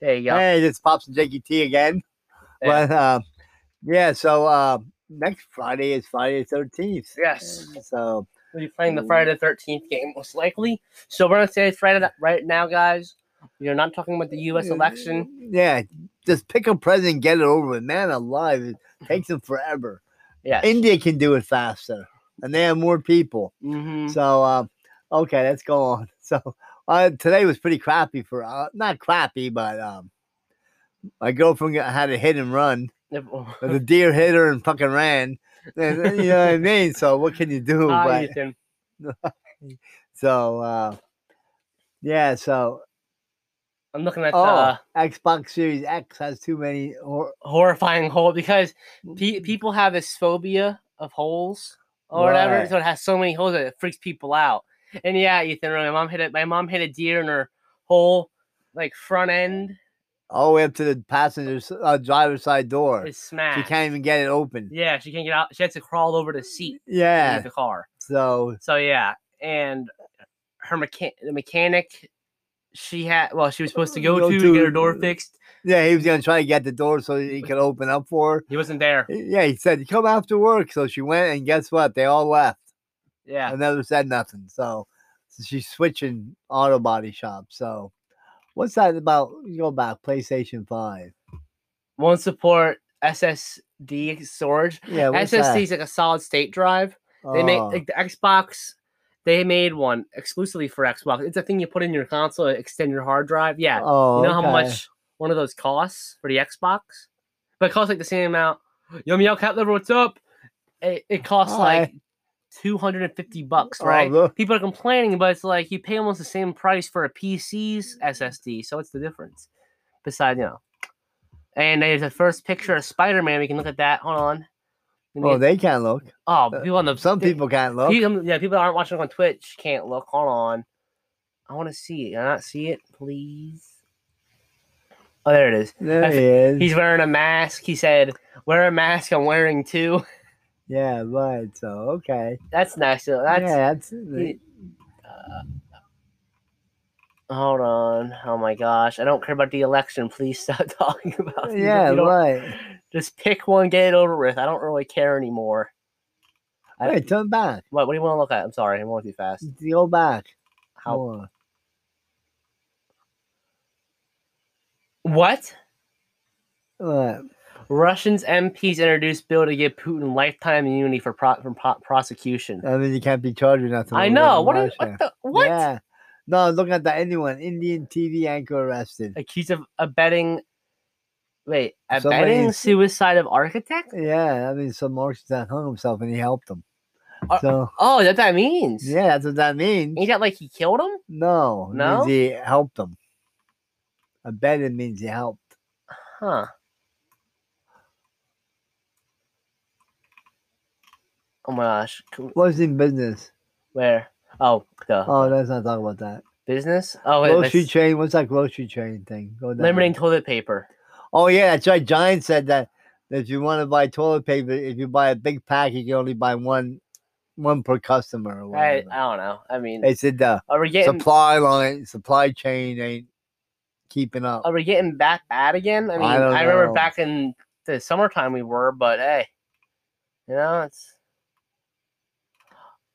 There you go. Hey, it's Pops and Jakey T again. Yeah. But uh, yeah, so uh, next Friday is Friday the 13th. Yes. So We'll be playing the Friday the Thirteenth game most likely. So we're gonna say it's right right now, guys. We are not talking about the U.S. election. Yeah, just pick a president, and get it over with. Man alive, it takes them forever. Mm-hmm. Yes. India can do it faster, and they have more people. hmm So, um, okay, let's go on. So, uh, today was pretty crappy for uh, not crappy, but um, my girlfriend got- had a hit and run. but The deer hit her and fucking ran. And, uh, you know what I mean? So, what can you do? Hi, But, Ethan. so, uh, yeah, so I'm looking at uh, oh, the Xbox Series X has too many. Or, horrifying hole because pe- people have this phobia of holes or whatever. Right. So it has so many holes that it freaks people out. And yeah, Ethan, my mom hit it. My mom hit a deer in her whole like front end all the way up to the passenger s- uh, driver's side door. is She smashed. can't even get it open. yeah, she can't get out. She had to crawl over the seat Yeah. of the car. So So yeah, and her mechan- the mechanic, she had well, she was supposed to go, Go to, to get her to- door fixed. yeah, he was gonna try to get the door so he could open up for her. He wasn't there. Yeah, he said come after work. So she went, and guess what? They all left. Yeah, I never said nothing. So, so she's switching auto body shop. So what's that about? You go back PlayStation Five. won't support SSD storage. Yeah, what's SSD is like a solid state drive. that? They make Oh, like the Xbox. They made one exclusively for Xbox. It's a thing you put in your console to extend your hard drive. Yeah, oh, you know how okay. much one of those costs for the Xbox, but it costs like the same amount. Yo, meow, cat liver, what's up? It, it costs Hi. like two hundred and fifty bucks, Oh, right? look. People are complaining, but it's like you pay almost the same price for a PC's SSD. So what's the difference? Besides, you know, and there's a first picture of Spider-Man. We can look at that. Hold on. Let me Oh, get- they can't look. oh, uh, people on the Some they- people can't look. People, yeah, people that aren't watching on Twitch can't look. Hold on. I want to see it. Can I not see it, please? Oh, there it is. There I he is. He's wearing a mask. He said, "Wear a mask. I'm wearing two. Yeah, right. So okay. That's nice. though. That's yeah, that's he- hold on. Oh my gosh, I don't care about the election. Please stop talking about. it. You yeah, don't- you don't- right. Just pick one, get it over with. I don't really care anymore. I- Hey, turn back. What? What do you want to look at? I'm sorry, I'm going too fast. Go back. How? more. What? Right. Russians MPs introduced bill to give Putin lifetime immunity for pro- from pro- prosecution. I mean, you can't be charged with nothing. I when know. What? you're in Are, what Russia. the? What? Yeah. No, look at that. Anyone. Indian TV anchor arrested. Accused of abetting. Wait, Somebody- abetting suicide of architect? Yeah, I mean, some architect hung himself and he helped him. Ar- So, Oh, that that means. yeah, that's what that means. Ain't that like he killed him? No, it No? means he helped him. I bet it means he helped. Huh. Oh my gosh. Cool. What's in business? Where? Oh, the Oh, let's not talk about that. business. Oh, wait, Grocery that's chain. What's that grocery chain thing? Go down. limiting toilet paper. Oh yeah, that's right. Giant said that if you want to buy toilet paper, if you buy a big pack, you can only buy one, one per customer. Or I, whatever. I don't know. I mean, They said the are we getting supply line, supply chain ain't keeping up. are we getting that bad again? I I mean, don't I, remember know. back in the summertime we were, but hey, you know, it's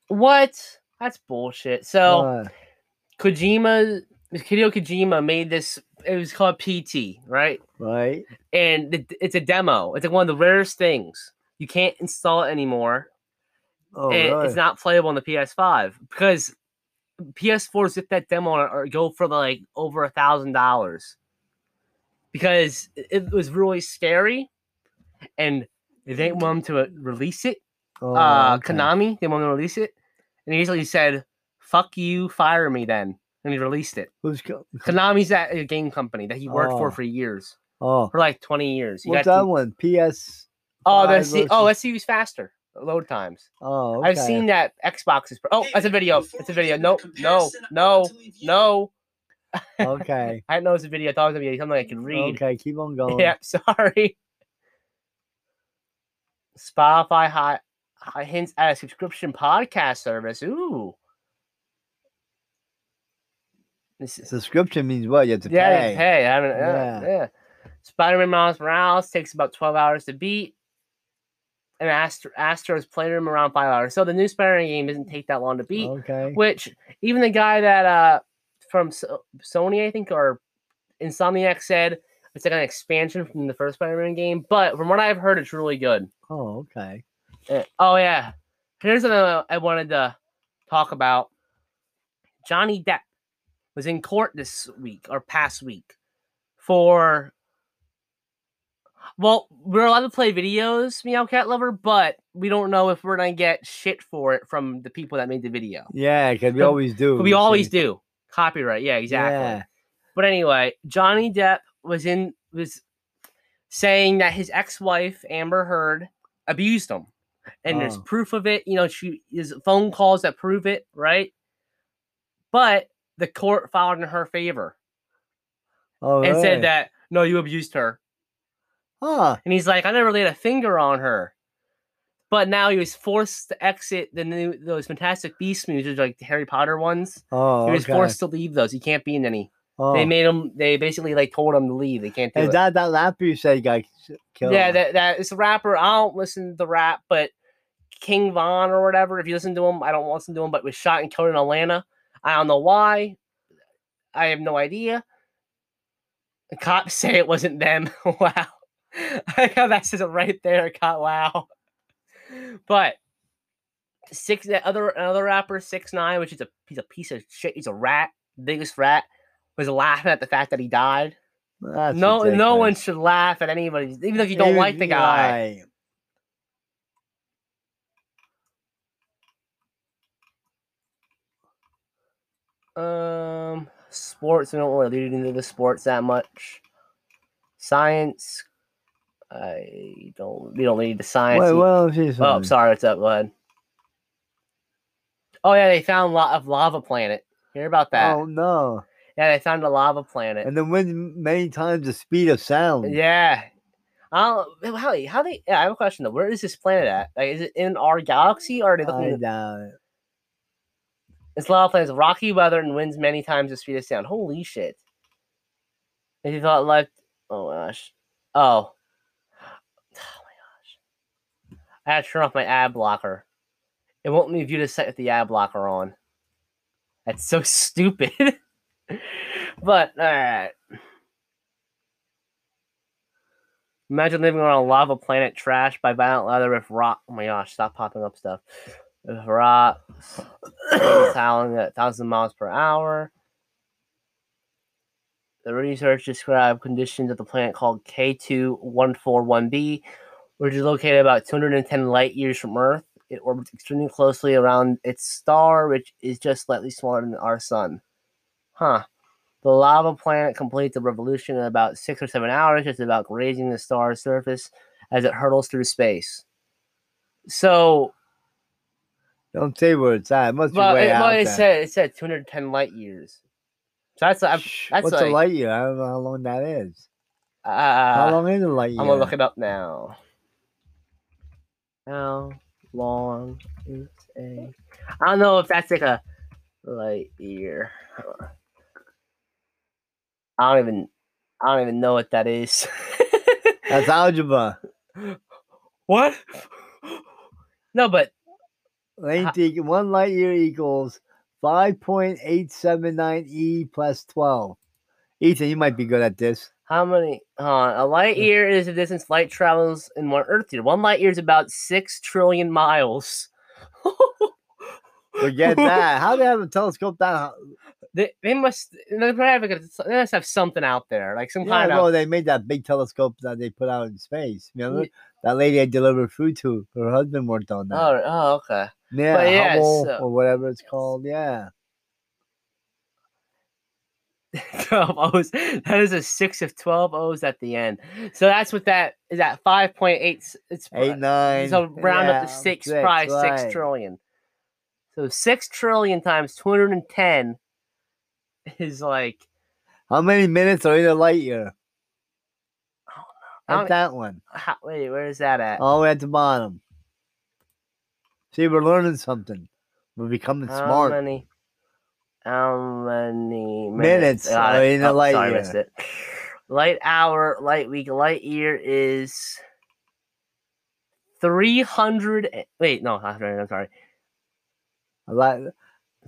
what? That's bullshit. So Uh, Kojima, Hideo Kojima made this. It was called PT, right? right? And it, it's a demo. It's like one of the rarest things. You can't install it anymore. Oh, and really? it's not playable on the PS5 because PS4 zip that demo or, or go for like over a thousand dollars because it, it was really scary and they didn't want them to uh, release it. Oh, uh, okay. Konami, they want to release it, and he easily said, "Fuck you, fire me then." And he released it. Who's co- Konami's that uh, game company that he worked Oh. for for years, oh, for like twenty years. You what's got that to- one? PS. oh, five that's see, oh, versus- let's see who's faster. Load times. Oh, I've okay. seen that Xbox is. Pro- oh, that's a video. It's a video. No, no, no, no. Okay. I didn't know it's a video. I thought it was a video. Something I could read. Okay, keep on going. Yeah, sorry. Spotify hot, hints at a subscription podcast service. Ooh. This is- Subscription means what? You have to yeah, pay. you pay. I don't, yeah. Yeah. yeah. Spider-Man Miles Morales takes about 12 hours to beat. And Astro, Astro's Playroom around five hours. So the new Spider-Man game doesn't take that long to beat. Okay. Which even the guy that uh from So- Sony, I think, or Insomniac said it's like an expansion from the first Spider-Man game. But from what I've heard, it's really good. Oh, okay. Uh, Oh yeah, here's another I wanted to talk about. Johnny Depp was in court this week or past week for. Well, we're allowed to play videos, Meowcat Lover, but we don't know if we're gonna get shit for it from the people that made the video. Yeah, because we Um, always do. But we always do. do. Copyright, yeah, exactly. Yeah. But anyway, Johnny Depp was in was saying that his ex-wife Amber Heard abused him, and there's Oh. proof of it. You know, she is phone calls that prove it, right? But the court filed in her favor Oh, and really? said that no, you abused her. Huh. And he's like, I never laid a finger on her. But now he was forced to exit the new those Fantastic Beast movies, which are like the Harry Potter ones. Oh, He was okay. forced to leave those. He can't be in any. Oh. They made him. They basically like told him to leave. They can't do Is it. that that rapper you said got killed? yeah, that that is a rapper. I don't listen to the rap, but King Von or whatever. If you listen to him, I don't listen to him. But was shot and killed in Atlanta. I don't know why. I have no idea. The cops say it wasn't them. wow, I got that says it right there. Cop, wow. But six the other another rapper six nine, which is a he's a piece of shit. He's a rat, biggest rat. Was laughing at the fact that he died That's no, no one ridiculous. should laugh at anybody, even if you don't Even- like the guy. right. Um, sports. We don't really lead into the sports that much. Science. I don't. We don't need the science. Wait, e- what else you oh, said? sorry. What's up, bud? Oh yeah, they found lot of lava planet. Hear about that? Oh no! Yeah, they found a lava planet. And the wind many times the speed of sound. Eh Yeah. I don't, how they- how they? Yeah, I have a question though. Where is this planet at? Like, is it in our galaxy or are they looking? I doubt it. This lava planet has rocky weather and winds many times the speed of sound. Holy shit. If you thought left. Oh my gosh. Oh. Oh my gosh. I had to turn off my ad blocker. It won't let me view the site with the ad blocker on. That's so stupid. but, alright. Imagine living on a lava planet trashed by violent weather with rock. Oh my gosh, stop popping up stuff. With rock howling at 1,000 miles per hour. The research described conditions at the planet called K2141b, which is located about 210 light years from Earth. It orbits extremely closely around its star, which is just slightly smaller than our sun. Huh. The lava planet completes a revolution in about six or seven hours, just about grazing the star's surface as it hurtles through space. So, Don't say where it's at. It must well, be way it, out well, it there. said it said 210 light years. So that's I'm, Shh, that's What's a like- light year? I don't know how long that is. uh, how long is a light year? I'm gonna look it up now. How long is a? I don't know if that's like a light year. I don't even I don't even know what that is. That's algebra. what? No, but Length equ- one light year equals five point eight seven nine e plus twelve. Ethan, you might be good at this. How many? Uh, a light Yeah. year is the distance light travels in one Earth year. One light year is about six trillion miles. Forget that. How they have a telescope that? ho- They, they must. They probably have, like a- they must have something out there, like some Yeah, kind no, of. they made that big telescope that they put out in space. Remember Ye- that lady I delivered food to? Her husband worked on that. Oh, oh, okay. yeah, yeah, Hubble so- or whatever it's called. Yeah, Twelve O's. That is a six of twelve O's at the end. So that's what that is. At five point eight. It's eight nine. So round up to yeah, six, probably right. six trillion. So six trillion times two hundred and ten is like How many minutes are in a light year? How Not many- that one. How, wait, where is that at? All the way at the bottom. Um, See, we're learning something. We're becoming How smart. many How many Minutes, minutes? Got uh, it. in a Oh, light sorry, I year. missed it. Light hour, light week, light year is three hundred. Wait, no, not 300, I'm sorry. A lot.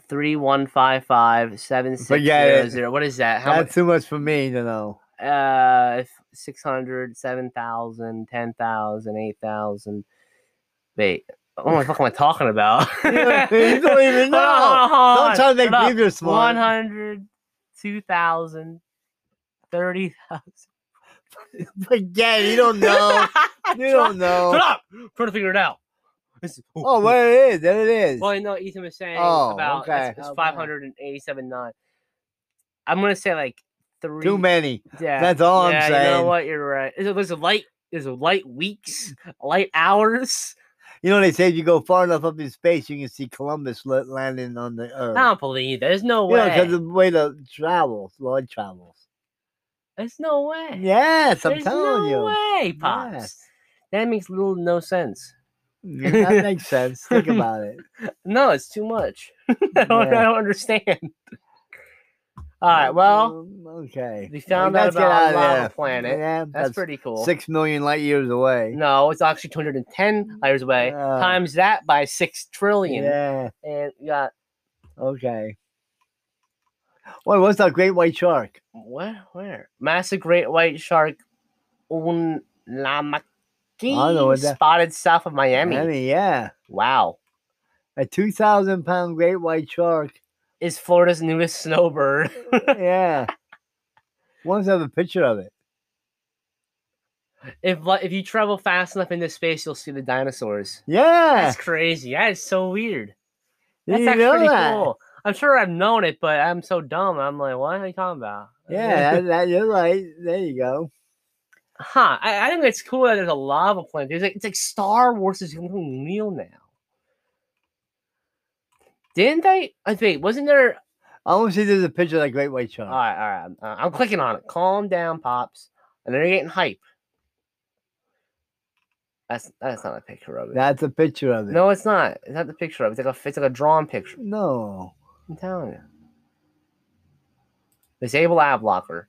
Three one five five seven six Forget zero it. zero. What is that? How That's much? too much for me to know. Uh, if 600, 7,000, 10,000, 8,000. Wait, what the fuck am I talking about? You don't even Hold on, hold on, Don't try to make hold on. bigger smart. 100, 2,000, 30,000. Forget it. You don't know. You don't Shut know. up! trying to figure it out. It's- Oh, what it is? There it is. Well, no, Ethan was saying Oh, about okay. it's, it's Okay. 587 nine. I'm gonna say like three. Too many. Yeah, That's all I'm yeah, You know saying. what? You're right. There's a- There's a light. There's a light weeks, light hours. You know they say if you go far enough up in space, you can see Columbus la- landing on the Earth. I don't believe that. There's no you know, way. because the way the travels, Lord travels. There's no way. Yes, I'm There's telling no you. way, pops. Yes. That makes little no sense. Yeah, that makes sense. Think about it. No, it's too much. I, don't, Yeah. I don't understand. All right, well, Um, okay. we found out Let's get about out of lava there. planet. Yeah, that's, pretty cool. Six million light years away. No, it's actually 210 light years away. Yeah. times that by six trillion, Yeah. and we got Okay. Wait, what's that great white shark? Where? Where? Massive great white shark know what Unlamaki that- spotted south of Miami. yeah. Wow. A two thousand pound great white shark. Is Florida's newest snowbird. yeah. Once I have a picture of it. if li- if you travel fast enough into space, you'll see the dinosaurs. Yeah. That's crazy. That is so weird. Did That's you actually know pretty that? cool. I'm sure I've known it, but I'm so dumb. I'm like, what are you talking about? Yeah, that, that- you're right. There you go. huh. I, I think it's cool that there's a lava planet. It's like, it's like Star Wars is going real now. Didn't they? I think, wasn't there I want to see there's a picture of that great white shark. All right, all right. I'm- Uh, I'm clicking on it. Calm down, pops. And they're getting hype. That's that's not a picture of it. That's a picture of it. no, it's not. It's not the picture of it. It's like a it's like a drawn picture. No. I'm telling you. Disable ad blocker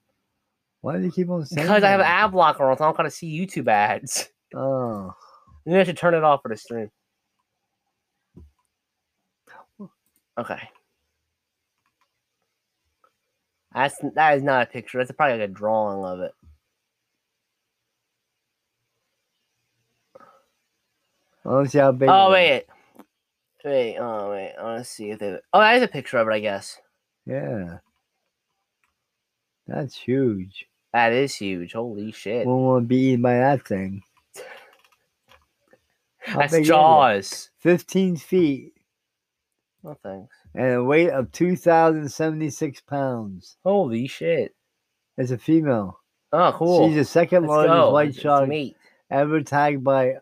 Why do you keep on saying because I have an that? ad blocker on, so I don't kind of see YouTube ads. Oh. Maybe I should turn it off for the stream. Okay. That's that is not a picture. That's probably like a drawing of it. I want to see how big. Oh it is. wait, wait, oh wait. I want to see if they. Oh, that is a picture of it. I guess Yeah. That's huge. that is huge. Holy shit! Won't want to be eaten by that thing. How That's big is it? Jaws. 15 feet No thanks. and a weight of 2,076 pounds. Holy shit! It's a female. Oh, cool. She's the second Let's largest go. white It's- it's shark meat. ever tagged by uh,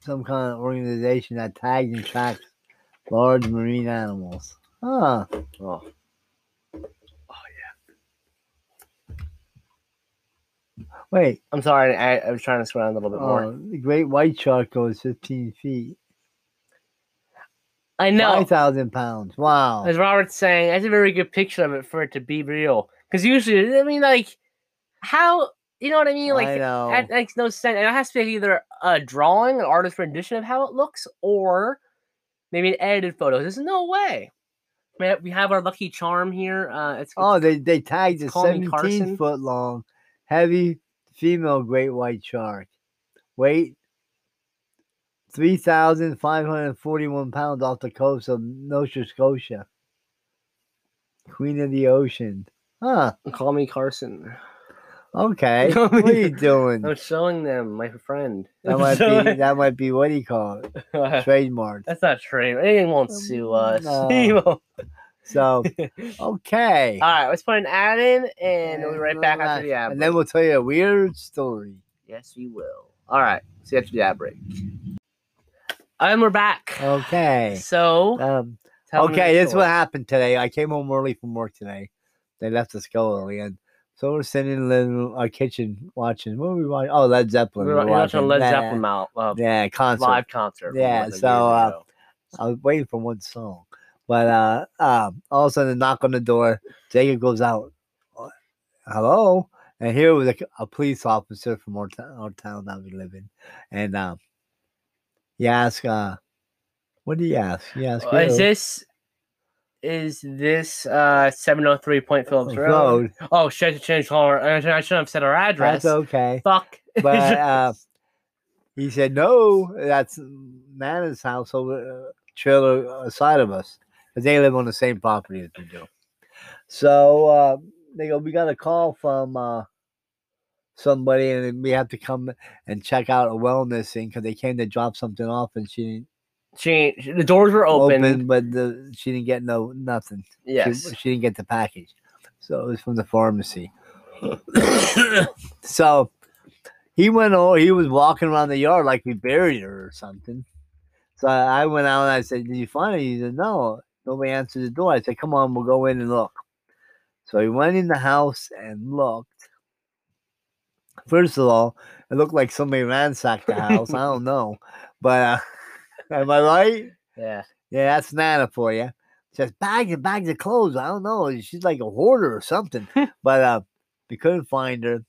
some kind of organization that tags and tracks large marine animals. Ah, Huh. Oh. Wait. I'm sorry. I, I was trying to swear a little bit more. Oh, the great white shark goes 15 feet. I know. 5,000 pounds. Wow. As Robert's saying, that's a very good picture of it for it to be real. Because usually, I mean, like, how you know what I mean? Like, I know. That makes no sense. And it has to be either a drawing, an artist rendition of how it looks, or maybe an edited photo. There's no way. We have, we have our lucky charm here. Uh, it's, Oh, it's- they, they tagged a it's called me 17 Carson. foot long, heavy female great white shark. Weight 3,541 pounds off the coast of Nova Scotia. Queen of the ocean. Huh. call me Carson. Okay. Call what are me- you doing? I'm showing them my friend. That might be that might be what do you call it? Trademark. That's not true. They won't sue us. No. They won't. All So okay. right, let's put an ad in, and we'll be right back after the ad. And then break. we'll tell you a weird story. yes, we will. All right, see you after the ad break. And we're back. Okay. So Um tell me okay, the this is what story. happened today. I came home early from work today. They left us go early, and so we're sitting in the- our kitchen watching. What were we watching? Oh, Led Zeppelin. We were we're watching Led that- Zeppelin out, uh, Yeah, concert. live concert. from, Yeah, like, a so, year uh, ago. I was waiting for one song. But uh, um, all of a sudden, a knock on the door. Jacob goes out. "Uh, Hello, and here was a, a police officer from our, t- our town that we live in, and um, he asked, uh, "What did he ask?" He asked, Uh, Is you. this is this uh 703 Point Phillips Road? Oh, should I change her? I shouldn't have said her address. That's okay. Fuck. But uh, he said, "No, that's Nana's house over uh, trailer aside of us, 'cause they live on the same property as we do." So uh, they go, "We got a call from uh, somebody, and then we have to come and check out a wellness thing because they came to drop something off, and she didn't she, she- the doors were open. open, but the, she didn't get no nothing. Yes. She, she didn't get the package. So it was from the pharmacy. so he went over, he was walking around the yard like we buried her or something. So I, I went out and I said, Did you find her? He said, No, nobody answered the door. I said, Come on, we'll go in and look. So he went in the house and looked. First of all, it looked like somebody ransacked the house. I don't know. But uh, am I right? Yeah. Yeah, that's Nana for you. Says bags and bags of clothes. I don't know. She's like a hoarder or something. but uh, we couldn't find her.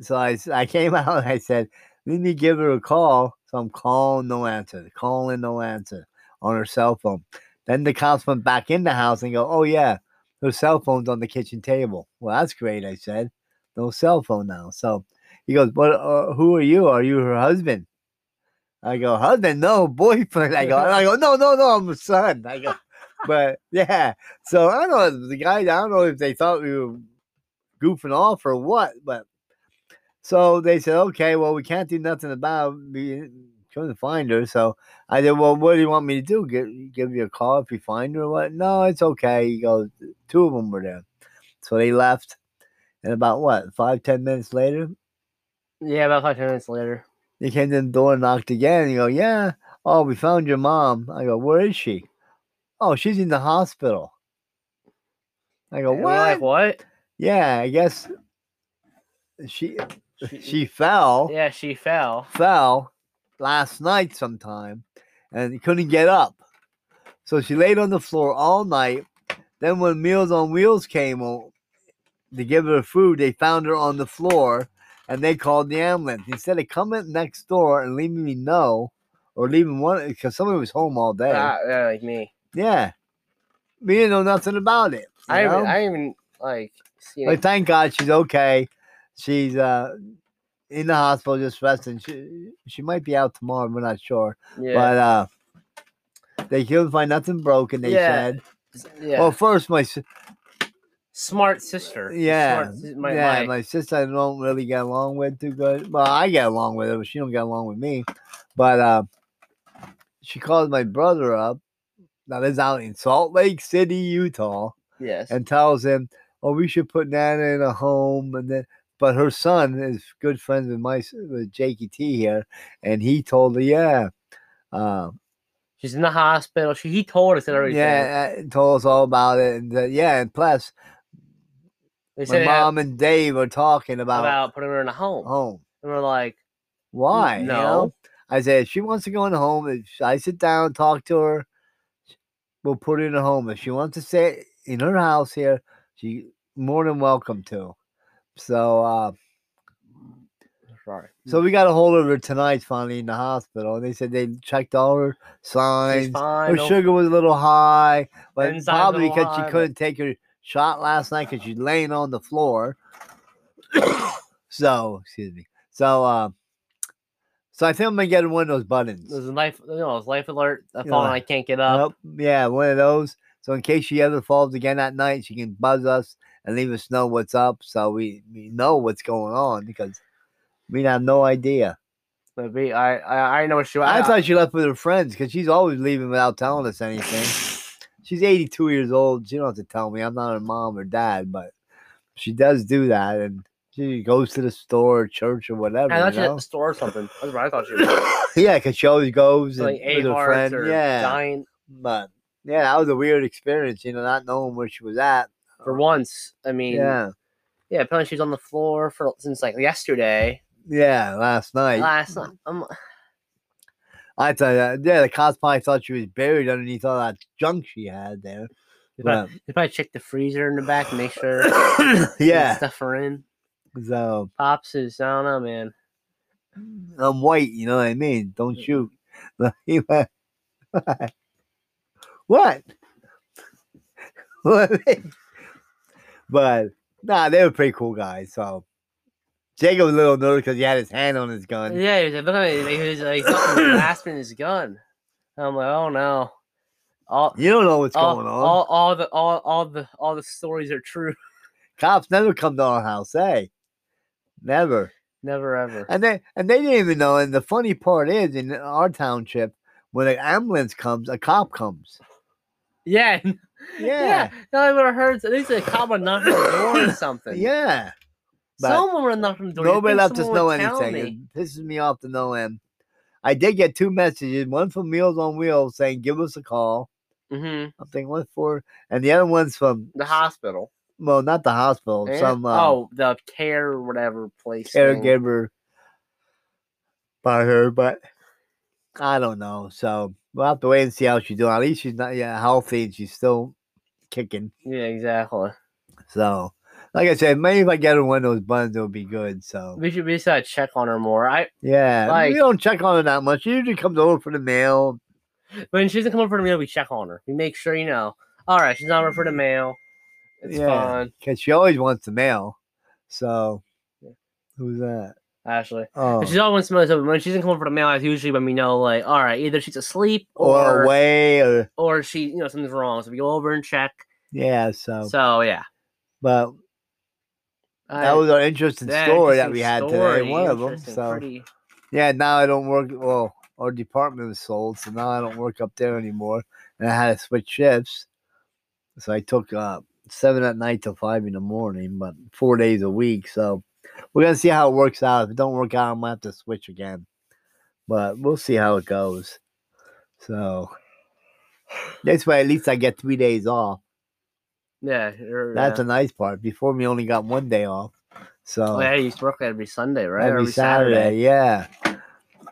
So I, s- I came out and I said, let me give her a call. So I'm calling, no answer. Calling, no answer on her cell phone. Then the cops went back in the house and go, oh, yeah, her cell phone's on the kitchen table. Well, that's great, I said. No cell phone now. So he goes, "What? uh, who are you? Are you her husband? I go, husband, no, boyfriend. I go, I go, no, no, no, I'm a son. I go, but yeah. So I don't know if the guy. I don't know if they thought we were goofing off or what, but so they said, okay, well, we can't do nothing about it. we trying to find her. So I said, well, what do you want me to do? Give, give you a call if you find her or what? No, it's okay. He goes, two of them were there, so they left. And about what five ten minutes later, Yeah, about five ten minutes later. they came to the door and knocked again. You go, yeah. Oh, we found your mom. I go, where is she? Oh, she's in the hospital. I go, And we're like, what? what? Yeah, I guess she she fell Yeah, she fell. fell last night sometime and couldn't get up. So she laid on the floor all night. Then when Meals on Wheels came o- to give her food, they found her on the floor and they called the ambulance. Instead of coming next door and leaving me know or leaving one because somebody was home all day. Ah, yeah, like me. yeah. We didn't know nothing about it. you I know? haven't, I haven't like seen Like, it. thank God she's okay. She's uh in the hospital just resting. She she might be out tomorrow. We're not sure, Yeah. but uh, they couldn't find nothing broken. They Yeah, said. yeah. Well, first my s- smart sister. yeah Smart sis- my, yeah my- my sister I don't really get along with too good. Well, I get along with her, but she don't get along with me. But uh, she called my brother up. That is out in Salt Lake City, Utah. yes. and tells him, "Oh, we should put Nana in a home." And then, but her son is good friends with my s- with Jakey T here, and he told her, "Yeah, uh, She's in the hospital. She he told us and everything. yeah," uh, told us all about it, and that, yeah, and plus, They my said yeah, mom and Dave are talking about, Oh. about, putting her in a home. home. And we're like, Why? you know? no. I said, if she wants to go in the home, if sh- I sit down, talk to her, we'll put her in a home. If she wants to stay in her house here, she more than welcome to. So, uh, Sorry. So we got a hold of her tonight, finally in the hospital, and they said they checked all her signs. she's fine. Her no- oh, sugar was a little high, but Enzymes probably a because lot, she but- couldn't take her shot last night because she's laying on the floor. so excuse me. So uh, so I think I'm gonna get her one of those buttons. There's a life, you know, it's life alert. I Yeah. fall and I can't get up. Nope. Yeah, one of those. So in case she ever falls again at night, she can buzz us and leave us know what's up, so we, we know what's going on because we have no idea. But we- I, I, I know what she. I I, thought she left with her friends because she's always leaving without telling us anything. She's 82 years old. She don't have to tell me. I'm not her mom or dad, but she does do that, and she goes to the store, or church, or whatever. I thought you she was at know? the store or something. That's what I thought she was. yeah, because she always goes and like a with her hearts friend. or yeah, giant. but yeah, that was a weird experience. You know, not knowing where she was at. For once, I mean, yeah, Yeah, apparently she's on the floor for since like yesterday. yeah, last night. Last night, I'm, I tell you, yeah, the cops probably thought she was buried underneath all that junk she had there. They But, probably, they probably check the freezer in the back, make sure yeah, stuff are in. so Pops is I don't know, man. I'm white, you know what I mean? Don't shoot. He went, what? What? but nah, they were pretty cool guys. So Jacob was a little nervous because he had his hand on his gun. Yeah, he was like, look at me. He was like fucking grasping his gun. And I'm like, oh no, all You don't know what's all, going on. all all the all all the all the stories are true. Cops never come to our house, hey. Never. Never ever. And they and they didn't even know. And the funny part is in our township, when an ambulance comes, a cop comes. Yeah. Yeah. Yeah. No, I would have heard. At least a cop would knock on the door or something. Yeah. but Someone would have knocked on the door. You'd Nobody think left us someone know would tell anything. me. It pisses me off to no end. I did get two messages, one from Meals on Wheels saying, give us a call. Mhm. I'm thinking, what for? And the other one's from, The hospital. well, not the hospital, Yeah. some uh, oh, the care or whatever place. thing. caregiver by her, but I don't know. So we'll have to wait and see how she's doing. At least she's not yeah, healthy and she's still kicking. Yeah, exactly. So, like I said, maybe if I get her one of those buns, it'll be good. So, We should we should check on her more. I yeah, Like- we don't check on her that much. She usually comes over for the mail. when she doesn't come over for the mail, we check on her. We make sure you know. All right, she's not over for the mail. It's Mm. Yeah. fine, because she always wants the mail. So, who's that? Ashley. Oh, But She's always most of when she doesn't come over for the mail. It's usually when we know, like, all right, either she's asleep or or or, away, or she, you know, something's wrong. So we go over and check. yeah. So, So yeah, but I, that was our interesting yeah, story that interesting we had story, today. One of them. interesting, So, pretty- yeah. Now I don't work. Well, our department was sold, so now I don't work up there anymore, and I had to switch shifts. So I took uh, seven at night till five in the morning, but four days a week. So we're gonna see how it works out. If it don't work out, I'm gonna have to switch again. But we'll see how it goes. So this way, at least I get three days off. yeah, or, That's yeah. a nice part. Before me, only got one day off. So Oh, yeah, you used to work every Sunday, right? Or every Saturday, yeah.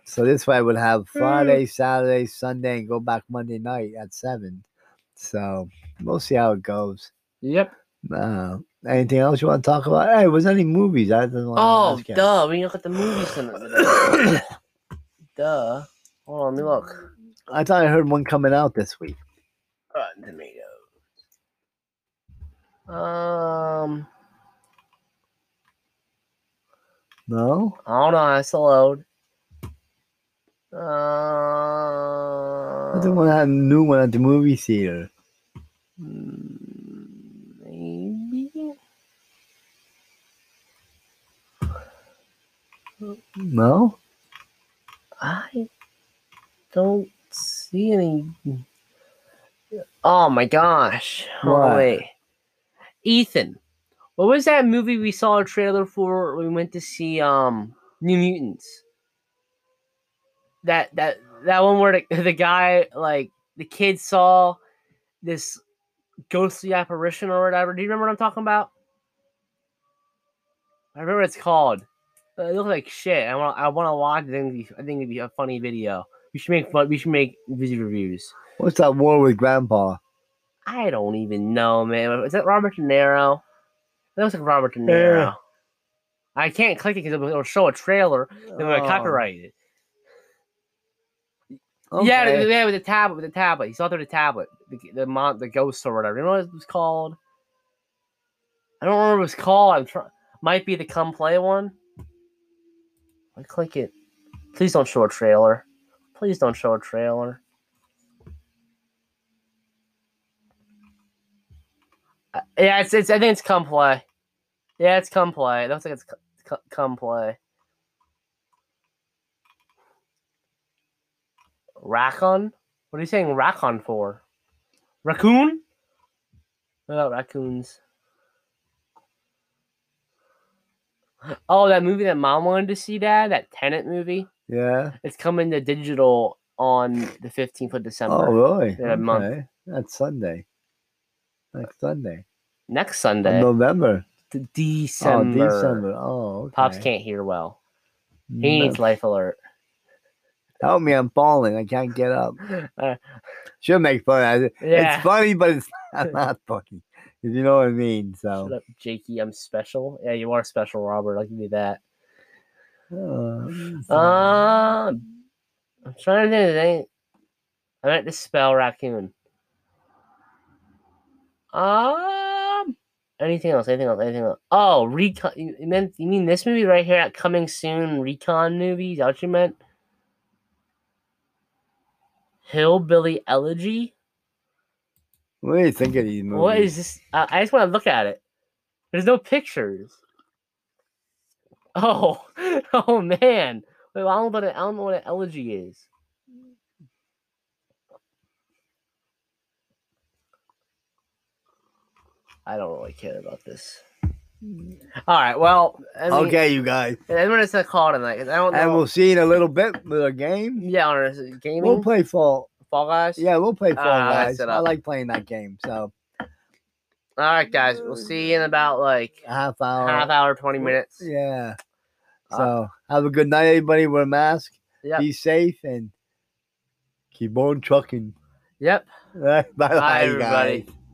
So this way I would have Hmm. Friday, Saturday, Sunday, and go back Monday night at seven. So we'll see how it goes. Yep. Uh, anything else you want to talk about? Hey, was there any movies? I didn't Oh, want to ask duh. We look at the movies tonight. you. duh. Hold on, let me look. I thought I heard one coming out this week. Rotten Tomatoes. Um, No, hold on, it's a load. I think Uh, one had a new one at the movie theater. mm, hmm, maybe. No, I don't see any. Oh my gosh! What? Oh wait, Ethan, what was that movie we saw a trailer for? when We went to see um New Mutants. That that that one where the, the guy like the kid saw this ghostly apparition or whatever. Do you remember what I'm talking about? I remember what it's called. Uh, It looks like shit. I want. I want to watch. it. I think it'd be- I think it'd be a funny video. We should make fun. We should make video reviews. what's that war with Grandpa? I don't even know, man. Is that Robert De Niro? That looks like Robert De Niro. Yeah. I can't click it because it'll, it'll show a trailer. Then we're Oh, gonna copyright it. Yeah, Oh, okay. yeah, with the tablet, with the tablet. He saw through the tablet, the the, mon- the ghost or whatever. You know what it was called? I don't remember what it was called. I'm trying. Might be the come play one. I click it. Please don't show a trailer. Please don't show a trailer. Uh, yeah, it's, it's I think it's come play. Yeah, it's come play. It looks like it's c- c- come play. Raccoon? What are you saying raccoon for? Raccoon? What about raccoons? Oh, that movie that mom wanted to see, Dad, that Tenant movie. yeah. It's coming to digital on the 15th of December. Oh, really? Yeah, month. Okay. That's Sunday. Next Sunday. Next Of Sunday. November. D- December. Oh, December. Oh, okay. Pops can't hear well. He No. needs life alert. Help me, I'm falling. I can't get up. Uh, She'll make fun of it. Yeah. It's funny, but it's not, not funny. If you know what I mean. So Shut up, Jakey. I'm special. Yeah, you are special, Robert. I'll give you that. uh, Um, I'm trying to think of anything. I meant to spell raccoon. Um, anything else? Anything else? Anything else? Oh, recon. You you meant you mean this movie right here? At coming soon, recon movie. Is that what you meant? Hillbilly Elegy. what do you think of these movies? What is this? I, I just want to look at it. There's no pictures. Oh, oh man. Wait, I don't know what an, I don't know what an elegy is. I don't really care about this. All right, well, I mean, okay, you guys. I'm just gonna call it a night. 'cause I don't know. And we'll see in a little bit with a game. yeah, on this gaming We'll play Fall. Fall Guys. Yeah, we'll play Fall Ah, I Guys. set I up. like playing that game. So All right, guys, we'll see you in about like a half hour. half hour, twenty minutes. Yeah. Uh, So have a good night, everybody. Wear a mask. Yep. Be safe and keep on trucking. Yep. Bye, Bye, everybody. guys.